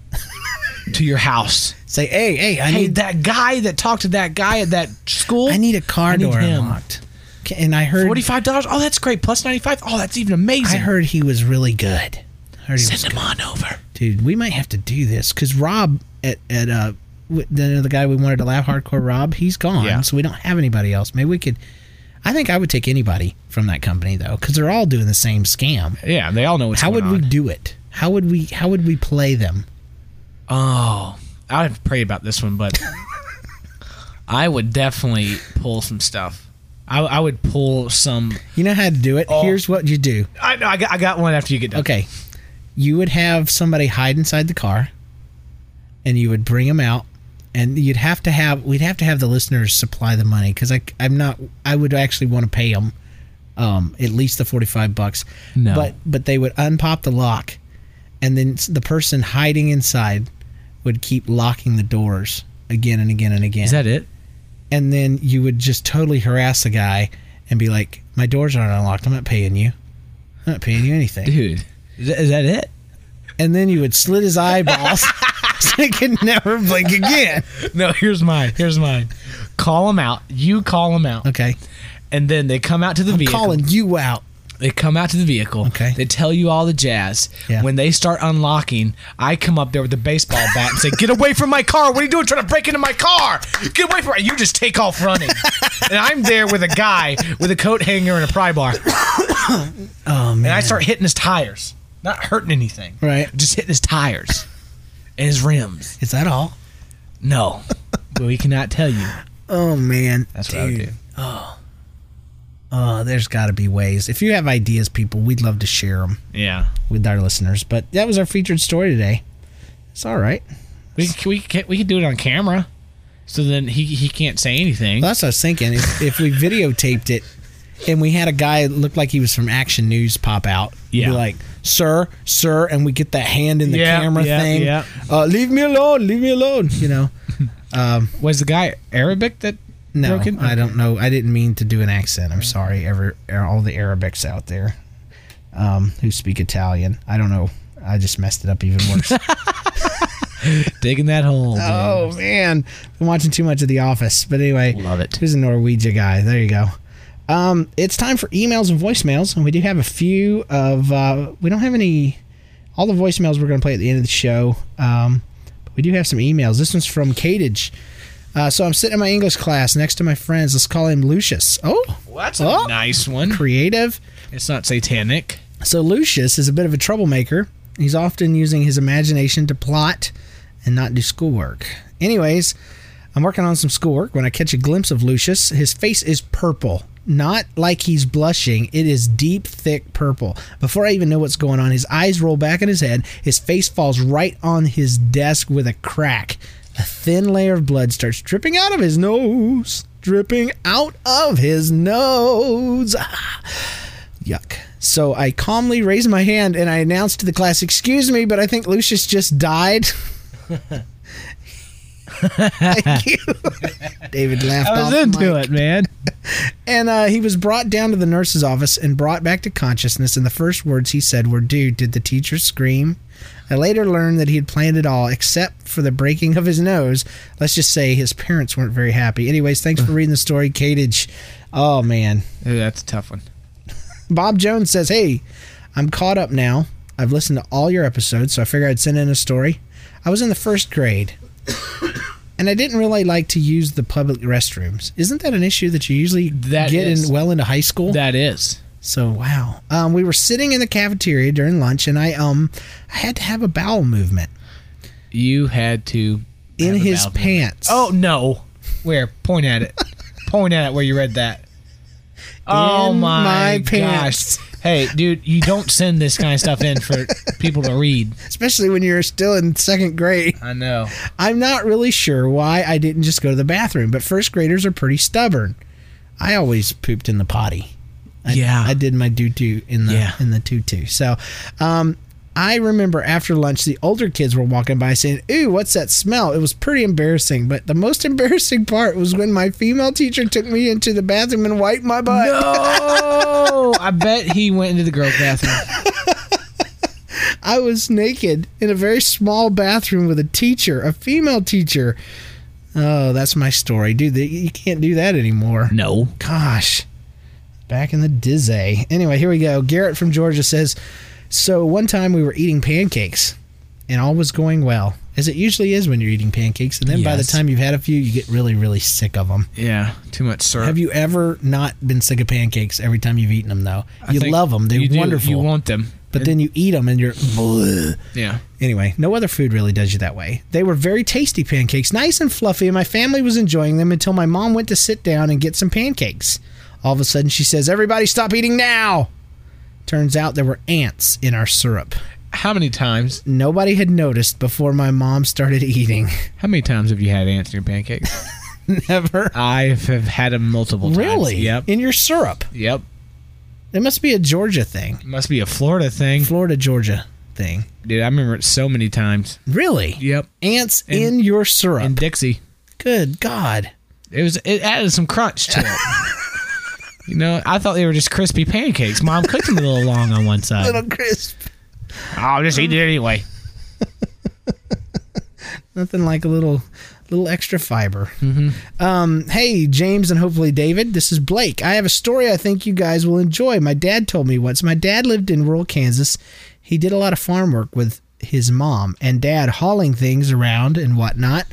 Speaker 1: to your house.
Speaker 2: say hey, hey, I
Speaker 1: hey,
Speaker 2: need
Speaker 1: that guy that talked to that guy at that school.
Speaker 2: I need a car
Speaker 1: I need
Speaker 2: door
Speaker 1: him.
Speaker 2: unlocked. Okay, And I heard
Speaker 1: Forty five dollars. Oh, that's great. Plus ninety five. Oh, that's even amazing.
Speaker 2: I heard he was really good. I heard he was
Speaker 1: Send him on over.
Speaker 2: dude, we might have to do this because Rob at at uh w- the other guy we wanted to laugh hardcore Rob, he's gone,
Speaker 1: Yeah.
Speaker 2: so we don't have anybody else. Maybe we could. I think I would take anybody from that company though, because they're all doing the same scam.
Speaker 1: Yeah, they all know what's
Speaker 2: how would
Speaker 1: going
Speaker 2: we
Speaker 1: on.
Speaker 2: do it? How would we? How would we play them?
Speaker 1: Oh, I have to pray about this one, but I would definitely pull some stuff. I, I would pull some.
Speaker 2: You know how to do it. Here's what you do.
Speaker 1: I know. I got, I got one after you get done.
Speaker 2: Okay, you would have somebody hide inside the car, and you would bring them out, and you'd have to have we'd have to have the listeners supply the money because I I'm not I would actually want to pay them, um at least the forty five bucks.
Speaker 1: No.
Speaker 2: but but they would unpop the lock, and then s- the person hiding inside would keep locking the doors again and again and again.
Speaker 1: Is that it?
Speaker 2: and then you would just totally harass the guy and be like, "My doors aren't unlocked. I'm not paying you. I'm not paying you anything."
Speaker 1: Dude, is that, is that it?
Speaker 2: and then you would slit his eyeballs so he could never blink again.
Speaker 1: No, here's mine. Here's mine. Call them out. You call them out.
Speaker 2: Okay.
Speaker 1: And then they come out to the
Speaker 2: I'm
Speaker 1: vehicle.
Speaker 2: calling you out.
Speaker 1: They come out to the vehicle.
Speaker 2: Okay.
Speaker 1: They tell you all the jazz.
Speaker 2: Yeah.
Speaker 1: When they start unlocking, I come up there with a baseball bat and say, "Get away from my car! What are you doing? Trying to break into my car! Get away from it! You just take off running." and I'm there with a guy with a coat hanger and a pry bar,
Speaker 2: Oh man.
Speaker 1: and I start hitting his tires, not hurting anything,
Speaker 2: Right.
Speaker 1: Just hitting his tires and his rims.
Speaker 2: Is that all?
Speaker 1: No, but we cannot tell you.
Speaker 2: Oh man.
Speaker 1: That's what I would
Speaker 2: Dude.
Speaker 1: do.
Speaker 2: Oh, there's got to be ways. If you have ideas, people, we'd love to share them
Speaker 1: Yeah.
Speaker 2: with our listeners. But that was our featured story today. It's all right.
Speaker 1: We c- we can, we can do it on camera, so then he he can't say anything.
Speaker 2: Well, that's what I was thinking. If, if we videotaped it and we had a guy that looked like he was from Action News pop out, we'd
Speaker 1: Yeah.
Speaker 2: be like, sir, sir, and we get that hand in the
Speaker 1: Yeah,
Speaker 2: camera
Speaker 1: yeah,
Speaker 2: thing.
Speaker 1: yeah.
Speaker 2: Uh, leave me alone, leave me alone. You know,
Speaker 1: Was the guy Arabic that?
Speaker 2: no,
Speaker 1: Broken?
Speaker 2: I don't know. I didn't mean to do an accent. I'm sorry, ever all the Arabics out there um, who speak Italian. I don't know. I just messed it up even worse.
Speaker 1: digging that hole.
Speaker 2: Oh man, been watching too much of The Office. But anyway,
Speaker 1: Love it.
Speaker 2: Who's a Norwegian guy? There you go. Um, it's time for emails and voicemails, and we do have a few of. Uh, we don't have any. All the voicemails we're going to play at the end of the show. Um, but we do have some emails. This one's from Cadage. Uh, so I'm sitting in my English class next to my friends. Let's call him Lucius. Oh,
Speaker 1: Well, that's
Speaker 2: Oh.
Speaker 1: a nice one.
Speaker 2: creative.
Speaker 1: It's not satanic.
Speaker 2: So Lucius is a bit of a troublemaker. He's often using his imagination to plot and not do schoolwork. Anyways, I'm working on some schoolwork when I catch a glimpse of Lucius. His face is purple. Not like he's blushing, it is deep, thick purple. Before I even know what's going on, his eyes roll back in his head. His face falls right on his desk with a crack. A thin layer of blood starts dripping out of his nose. Dripping out of his nose. Yuck. So I calmly raised my hand and I announced to the class, Excuse me, but I think Lucius just died. Thank you. David laughed
Speaker 1: I
Speaker 2: off
Speaker 1: was
Speaker 2: the
Speaker 1: into
Speaker 2: mic.
Speaker 1: it, man.
Speaker 2: And uh, he was brought down to the nurse's office and brought back to consciousness. And the first words he said were, Dude, did the teacher scream? I later learned that he had planned it all, except for the breaking of his nose. Let's just say his parents weren't very happy. Anyways, thanks for reading the story, Cadage. Oh, man.
Speaker 1: Ooh, that's a tough one.
Speaker 2: Bob Jones says, Hey, I'm caught up now. I've listened to all your episodes, so I figured I'd send in a story. I was in the first grade, and I didn't really like to use the public restrooms. Isn't that an issue that you usually
Speaker 1: That
Speaker 2: get
Speaker 1: is.
Speaker 2: in well into high school?
Speaker 1: That is.
Speaker 2: so, wow. Um, we were sitting in the cafeteria during lunch, and I um, I had to have a bowel movement
Speaker 1: You had to.
Speaker 2: in
Speaker 1: have a
Speaker 2: his
Speaker 1: bowel movement.
Speaker 2: pants.
Speaker 1: Oh no! Where? Point at it. Point at it where you read that. Oh
Speaker 2: In
Speaker 1: my,
Speaker 2: my
Speaker 1: gosh!
Speaker 2: pants.
Speaker 1: Hey, dude, you don't send this kind of stuff in for people to read.
Speaker 2: especially when you're still in second grade.
Speaker 1: I know.
Speaker 2: I'm not really sure why I didn't just go to the bathroom, but first graders are pretty stubborn. I always pooped in the potty. I,
Speaker 1: Yeah.
Speaker 2: I did my doo doo in the
Speaker 1: Yeah.
Speaker 2: in the tutu. So, um, I remember after lunch, the older kids were walking by saying, "Ooh, what's that smell?" It was pretty embarrassing. But the most embarrassing part was when my female teacher took me into the bathroom and wiped my butt.
Speaker 1: Oh, I bet he went into the girls' bathroom.
Speaker 2: I was naked in a very small bathroom with a teacher, a female teacher. Oh, that's my story, dude. the- You can't do that anymore.
Speaker 1: No.
Speaker 2: Gosh, back in the dizzy. Anyway, here we go. Garrett from Georgia says, "So one time we were eating pancakes, and all was going well, as it usually is when you're eating pancakes. And then by the
Speaker 1: Yes.
Speaker 2: time you've had a few, you get really, really sick of them.
Speaker 1: Yeah, too much syrup.
Speaker 2: Have you ever not been sick of pancakes every time you've eaten them? Though
Speaker 1: I
Speaker 2: you
Speaker 1: think
Speaker 2: love them; they're
Speaker 1: you do.
Speaker 2: wonderful.
Speaker 1: You want them,
Speaker 2: but then you eat them, and you're. Bleh.
Speaker 1: yeah.
Speaker 2: Anyway, no other food really does you that way. They were very tasty pancakes, nice and fluffy, and my family was enjoying them until my mom went to sit down and get some pancakes. All of a sudden, she says, Everybody stop eating now! Turns out there were ants in our syrup.
Speaker 1: How many times?
Speaker 2: Nobody had noticed before my mom started eating.
Speaker 1: How many times have you had ants in your pancakes?
Speaker 2: Never.
Speaker 1: I have had them multiple times.
Speaker 2: Really?
Speaker 1: Yep.
Speaker 2: In your syrup.
Speaker 1: Yep.
Speaker 2: It must be a Georgia thing.
Speaker 1: Must be a Florida thing,
Speaker 2: Florida, Georgia thing.
Speaker 1: dude. I remember it so many times.
Speaker 2: Really?
Speaker 1: Yep.
Speaker 2: Ants in your syrup.
Speaker 1: And Dixie,
Speaker 2: Good God.
Speaker 1: it was it added some crunch to it. you know, I thought they were just crispy pancakes. Mom cooked them a little long on one side.
Speaker 2: crisp.
Speaker 1: I'll just eat it anyway.
Speaker 2: Nothing like a little little extra fiber. Um, hey, James, and hopefully David. This is Blake. I have a story I think you guys will enjoy. My dad told me once. My dad lived in rural Kansas. He did a lot of farm work with his mom and dad, hauling things around and whatnot.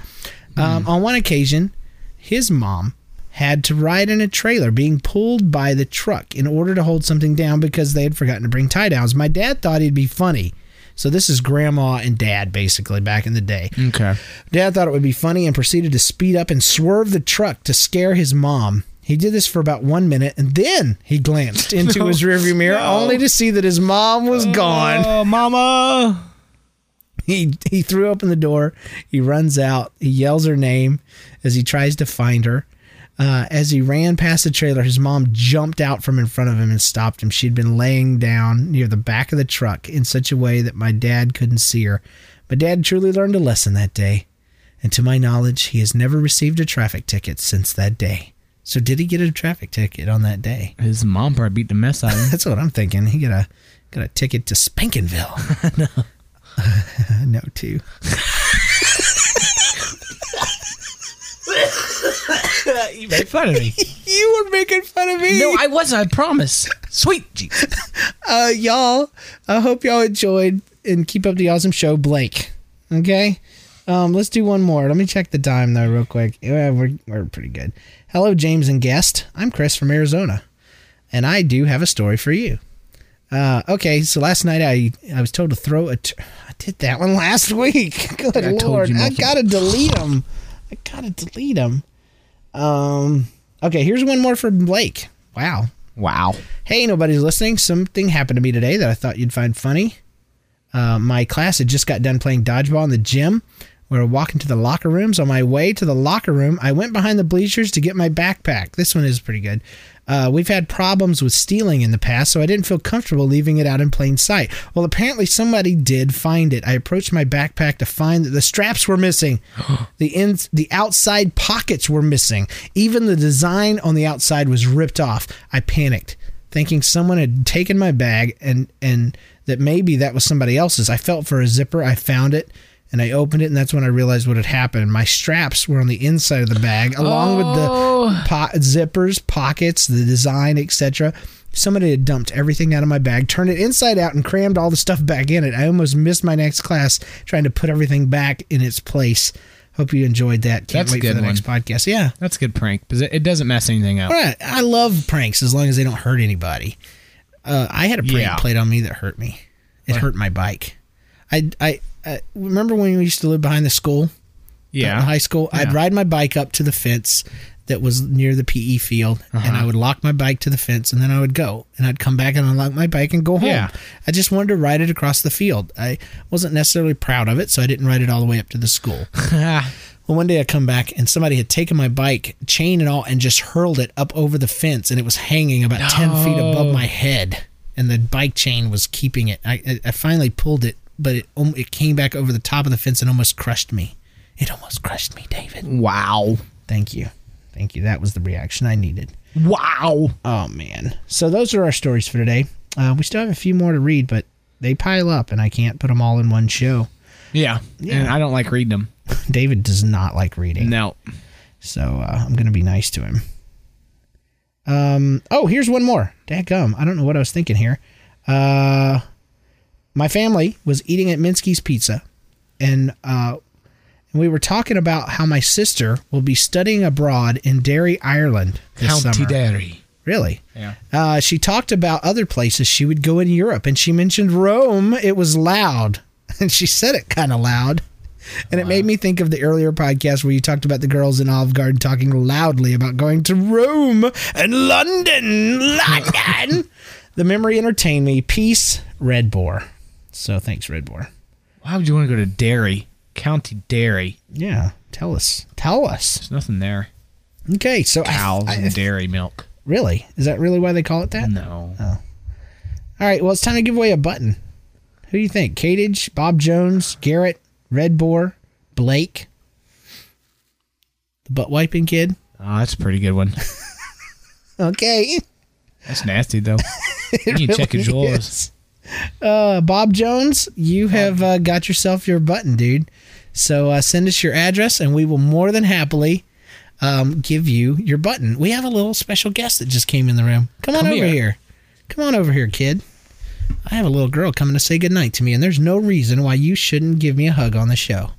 Speaker 2: Um, on one occasion, his mom had to ride in a trailer being pulled by the truck in order to hold something down because they had forgotten to bring tie downs. My dad thought he'd be funny. So this is grandma and dad basically back in the day.
Speaker 1: Okay.
Speaker 2: Dad thought it would be funny and proceeded to speed up and swerve the truck to scare his mom. He did this for about one minute and then he glanced into his rearview mirror only to see that his mom was gone.
Speaker 1: Oh, mama.
Speaker 2: He he threw open the door. He runs out. He yells her name as he tries to find her. Uh, as he ran past the trailer, his mom jumped out from in front of him and stopped him. She'd been laying down near the back of the truck in such a way that my dad couldn't see her. My dad truly learned a lesson that day. And to my knowledge, he has never received a traffic ticket since that day. So, did he get a traffic ticket on that day?
Speaker 1: His mom probably beat the mess out of him.
Speaker 2: That's what I'm thinking. He got a got a ticket to Spankinville. no. no, too.
Speaker 1: you made fun of me.
Speaker 2: You were making fun of me.
Speaker 1: No, I wasn't. I promise. Sweet Jesus.
Speaker 2: uh, y'all, I hope y'all enjoyed and keep up the awesome show, Blake. Okay? Um, let's do one more. Let me check the time, though, real quick. Yeah, we're, we're pretty good. Hello, James and guest. I'm Chris from Arizona, and I do have a story for you. Uh, okay, so last night I, I was told to throw a. T- I did that one last week. Good
Speaker 1: I told
Speaker 2: lord.
Speaker 1: you
Speaker 2: I
Speaker 1: multiple-
Speaker 2: gotta delete them. I gotta delete them. Um, okay, here's one more from Blake. Wow,
Speaker 1: Wow.
Speaker 2: hey, nobody's listening. Something happened to me today that I thought you'd find funny. Uh, my class had just got done playing dodgeball in the gym. We were walking to the locker rooms. On my way to the locker room, I went behind the bleachers to get my backpack. This one is pretty good. Uh, we've had problems with stealing in the past, so I didn't feel comfortable leaving it out in plain sight. Well, apparently somebody did find it. I approached my backpack to find that the straps were missing, the ins, the outside pockets were missing. Even the design on the outside was ripped off. I panicked thinking someone had taken my bag and and that maybe that was somebody else's. I felt for a zipper. I found it and I opened it and that's when I realized what had happened. My straps were on the inside of the bag along with the po- zippers, pockets, the design, etc. Somebody had dumped everything out of my bag, turned it inside out, and crammed all the stuff back in it. I almost missed my next class trying to put everything back in its place. Hope you enjoyed that. Can't
Speaker 1: That's a
Speaker 2: wait for
Speaker 1: good
Speaker 2: the next podcast. Yeah.
Speaker 1: That's a good prank because it it doesn't mess anything up.
Speaker 2: Right. I love pranks as long as they don't hurt anybody. Uh, I had a prank
Speaker 1: Yeah.
Speaker 2: played on me that hurt me. It hurt my bike. I, I, uh, I remember when we used to live behind the school,
Speaker 1: Yeah.
Speaker 2: high school. I'd
Speaker 1: Yeah.
Speaker 2: ride my bike up to the fence that was near the PE field,
Speaker 1: Uh-huh.
Speaker 2: and I would lock my bike to the fence, and then I would go, and I'd come back and unlock my bike and go home.
Speaker 1: Yeah.
Speaker 2: I just wanted to ride it across the field. I wasn't necessarily proud of it, so I didn't ride it all the way up to the school. Well, one day I come back and somebody had taken my bike, chain and all, and just hurled it up over the fence, and it was hanging about ten feet above my head, and the bike chain was keeping it. I, I- I finally pulled it, but it om- it came back over the top of the fence and almost crushed me. It almost crushed me, David.
Speaker 1: Mm. wow.
Speaker 2: Thank you, thank you. That was the reaction I needed.
Speaker 1: Wow.
Speaker 2: Oh man. So those are our stories for today. Uh, we still have a few more to read, but they pile up, and I can't put them all in one show.
Speaker 1: Yeah. And I don't like reading them.
Speaker 2: David does not like reading.
Speaker 1: No.
Speaker 2: So uh, I'm gonna be nice to him. Um. Oh, here's one more. Dadgum. I don't know what I was thinking here. Uh, my family was eating at Minsky's Pizza, and uh, and we were talking about how my sister will be studying abroad in Derry, Ireland this summer.
Speaker 1: Derry.
Speaker 2: Really?
Speaker 1: Yeah.
Speaker 2: Uh, she talked about other places she would go in Europe, and she mentioned Rome. It was loud, and she said it kind of loud. And it made me think of the earlier podcast where you talked about the girls in Olive Garden talking loudly about going to Rome and London. London! the memory entertained me. Peace, Red Boar. So thanks, Red Boar.
Speaker 1: Why would you want to go to Derry? County Derry.
Speaker 2: Yeah, tell us. Tell us.
Speaker 1: There's nothing there.
Speaker 2: Okay, so I-
Speaker 1: Cows
Speaker 2: I-
Speaker 1: and dairy milk. Uh,
Speaker 2: really? Is that really why they call it that?
Speaker 1: No.
Speaker 2: All right, well, it's time to give away a button. Who do you think? Cadage, Bob Jones, Garrett, Red Boar, Blake, the butt wiping kid.
Speaker 1: Oh, that's a pretty good one.
Speaker 2: Okay.
Speaker 1: That's nasty though. you need to check your drawers.
Speaker 2: Uh, Bob Jones, you have uh, got yourself your button, dude. So uh, send us your address, and we will more than happily um, give you your button. We have a little special guest that just came in the room. Come on
Speaker 1: Come
Speaker 2: over
Speaker 1: here.
Speaker 2: here. Come on over here, kid. I have a little girl coming to say goodnight to me, and there's no reason why you shouldn't give me a hug on the show.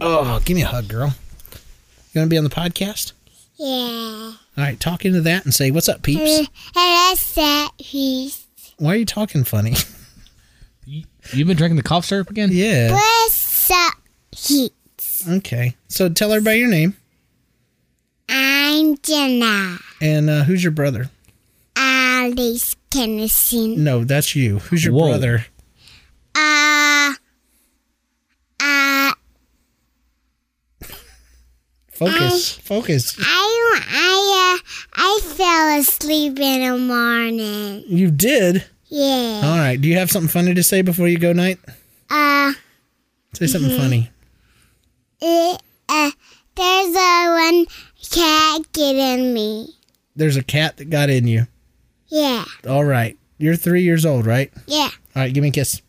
Speaker 2: Oh, give me a hug, girl. You want to be on the podcast?
Speaker 6: Yeah.
Speaker 2: All right, talk into that and say, What's up, peeps?
Speaker 6: I lost that piece.
Speaker 2: Why are you talking funny?
Speaker 1: You, have been drinking the cough syrup again?
Speaker 2: yeah.
Speaker 6: What's up, heat?
Speaker 2: Okay. So tell everybody your name.
Speaker 6: I'm Jenna.
Speaker 2: And uh, who's your brother?
Speaker 6: Alice Kennison.
Speaker 2: No, that's you. Who's your
Speaker 1: Whoa.
Speaker 2: brother?
Speaker 6: Uh, uh, Um,
Speaker 2: Focus. Focus.
Speaker 6: I, I, uh, I fell asleep in the morning.
Speaker 2: You did.
Speaker 6: Yeah.
Speaker 2: All right. Do you have something funny to say before you go night?
Speaker 6: Uh,
Speaker 2: Say something
Speaker 6: Mm-hmm.
Speaker 2: funny.
Speaker 6: it, uh, there's a one cat getting me.
Speaker 2: There's a cat that got in you.
Speaker 6: Yeah,
Speaker 2: All right. You're three years old, right?
Speaker 6: yeah.
Speaker 2: All right. Give me a kiss.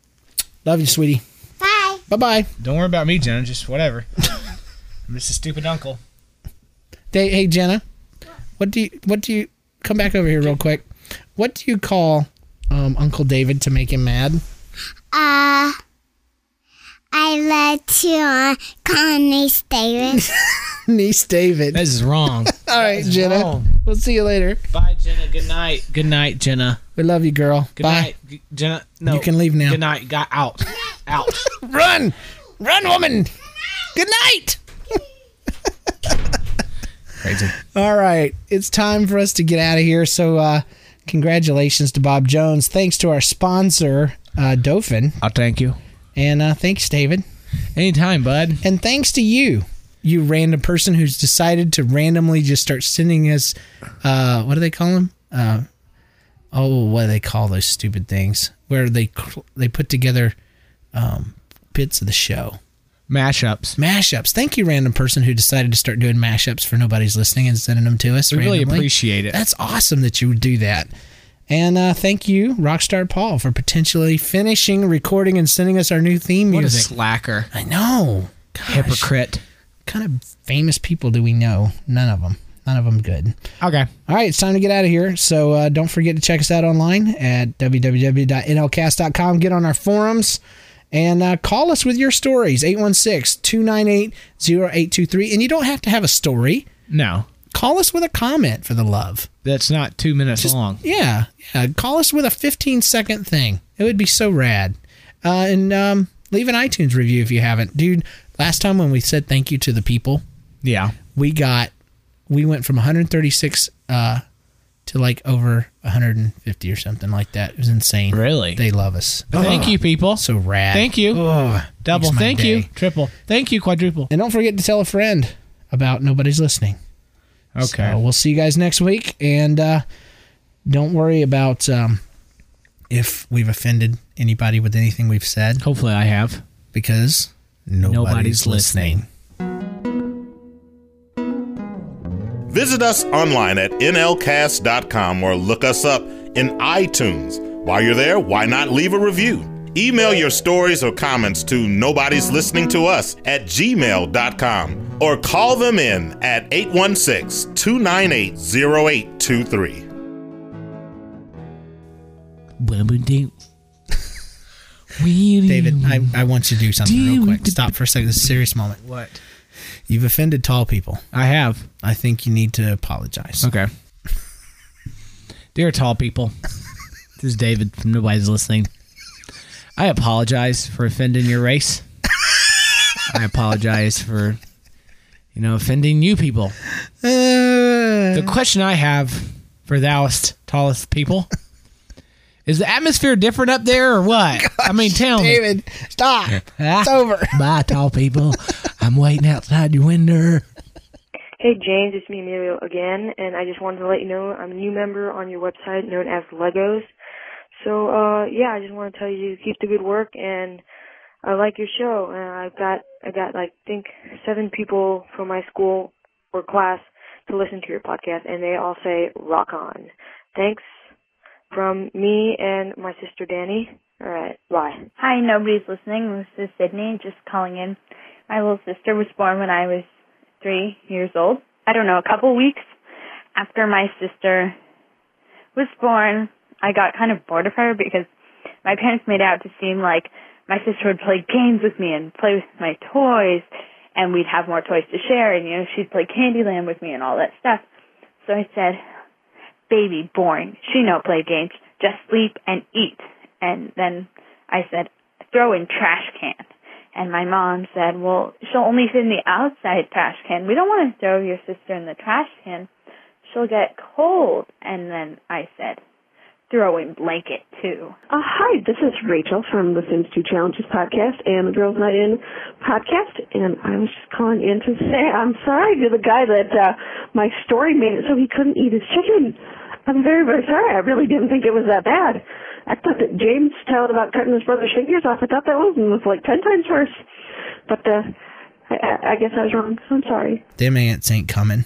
Speaker 2: Love you, sweetie.
Speaker 6: Bye.
Speaker 2: Bye bye.
Speaker 1: Don't worry about me, Jenna. Just whatever. I'm just a stupid uncle.
Speaker 2: Hey, hey, Jenna. What do you? What do you? Come back over here real quick. What do you call um, Uncle David to make him mad?
Speaker 6: Uh, I let you on Uh, Connie Davis.
Speaker 2: Niece David.
Speaker 1: This is wrong.
Speaker 2: All right, Jenna.
Speaker 1: wrong.
Speaker 2: We'll see you later.
Speaker 1: Bye, Jenna. Good night. Good night, Jenna.
Speaker 2: We love you, girl.
Speaker 1: Good
Speaker 2: Bye.
Speaker 1: night, G- Jenna. No,
Speaker 2: You can leave now.
Speaker 1: Good night. Got out. Out.
Speaker 2: Run! Run, woman! Good night!
Speaker 1: Crazy.
Speaker 2: All right, it's time for us to get out of here. So, uh, congratulations to Bob Jones. Thanks to our sponsor, uh, Dofin.
Speaker 1: I'll thank you.
Speaker 2: And uh, thanks, David.
Speaker 1: Anytime, bud.
Speaker 2: And thanks to you, you random person who's decided to randomly just start sending us, uh, what do they call them? Uh, oh, what do they call those stupid things? Where they cl- they put together um, bits of the show.
Speaker 1: Mashups.
Speaker 2: mashups. Thank you, random person who decided to start doing mashups for nobody's listening and sending them to us.
Speaker 1: We really
Speaker 2: randomly.
Speaker 1: appreciate it.
Speaker 2: That's awesome that you do that. And uh, thank you, Rockstar Paul, for potentially finishing recording and sending us our new theme
Speaker 1: What a
Speaker 2: music.
Speaker 1: slacker.
Speaker 2: I know. Gosh,
Speaker 1: Hypocrite.
Speaker 2: What kind of famous people do we know? None of them. None of them good.
Speaker 1: Okay.
Speaker 2: All right, it's time to get out of here. So uh, don't forget to check us out online at www.nlcast.com. Get on our forums and uh, call us with your stories 816 298 0823. And you don't have to have a story,
Speaker 1: No,
Speaker 2: call us with a comment for the love.
Speaker 1: that's not two minutes long.
Speaker 2: Yeah, yeah. Call us with a 15 second thing. It would be so rad. Uh, and um, leave an iTunes review if you haven't. Dude, last time when we said thank you to the people,
Speaker 1: Yeah.
Speaker 2: we got we went from 136 uh, to like over 150 or something like that. It was insane.
Speaker 1: Really?
Speaker 2: They love us. Uh-huh.
Speaker 1: Thank you, people.
Speaker 2: So rad.
Speaker 1: Thank you.
Speaker 2: Oh,
Speaker 1: Double.
Speaker 2: makes my
Speaker 1: Thank you.
Speaker 2: day.
Speaker 1: Triple. Thank you. Quadruple.
Speaker 2: And don't forget to tell a friend about Nobody's Listening.
Speaker 1: Okay.
Speaker 2: So we'll see you guys next week. And uh, don't worry about um, if we've offended anybody with anything we've said
Speaker 1: Hopefully, I have.
Speaker 2: because nobody's,
Speaker 1: Nobody's
Speaker 2: listening.
Speaker 1: listening.
Speaker 3: Visit us online at nlcast.com or look us up in iTunes. While you're there, why not leave a review? Email your stories or comments to nobody's listening to us at gmail.com or call them in at 816 298 0823.
Speaker 2: David, I, I want you to do something real
Speaker 1: Dude.
Speaker 2: quick. Stop for a second. This is a serious moment.
Speaker 1: What?
Speaker 2: You've offended tall people.
Speaker 1: I have.
Speaker 2: I think you need to apologize.
Speaker 1: Okay. Dear tall people, this is David from Nobody's Listening. I apologize for offending your race. I apologize for, you know, offending you people. The question I have for thouest, tallest people is the atmosphere different up there or what? I mean, tell me.
Speaker 2: David, stop.
Speaker 1: It's
Speaker 2: over.
Speaker 1: Bye, tall people. I'm waiting outside your window.
Speaker 7: Hey James, it's me Emilio again, and I just wanted to let you know I'm a new member on your website known as Legos. So uh yeah, I just want to tell you keep the good work, and I like your show. And I've got I got like I think seven people from my school or class to listen to your podcast, and they all say rock on. Thanks from me and my sister Danny. All right, bye.
Speaker 6: Hi, nobody's listening. This is Sydney, just calling in. My little sister was born when I was three years old. I don't know, a couple weeks after my sister was born, I got kind of bored of her because my parents made out to seem like my sister would play games with me and play with my toys, and we'd have more toys to share, and you know, she'd play Candyland with me and all that stuff. So I said, baby boring. She no play games, just sleep and eat. And then I said, throw in trash can. And my mom said, well, she'll only fit in the outside trash can. We don't want to throw your sister in the trash can. She'll get cold. And then I said, throw in blanket too.
Speaker 7: Uh, hi, this is Rachel from the Sims 2 Challenges podcast and the Girls Night In podcast, and I was just calling in to say I'm sorry to the guy that uh, my story made it so he couldn't eat his chicken. I'm very, very sorry. I really didn't think it was that bad. I thought that James telling about cutting his brother's fingers off, I thought that was, was like 10 times worse. But uh, I- I, I guess I was wrong. I'm sorry.
Speaker 2: Them ants ain't coming.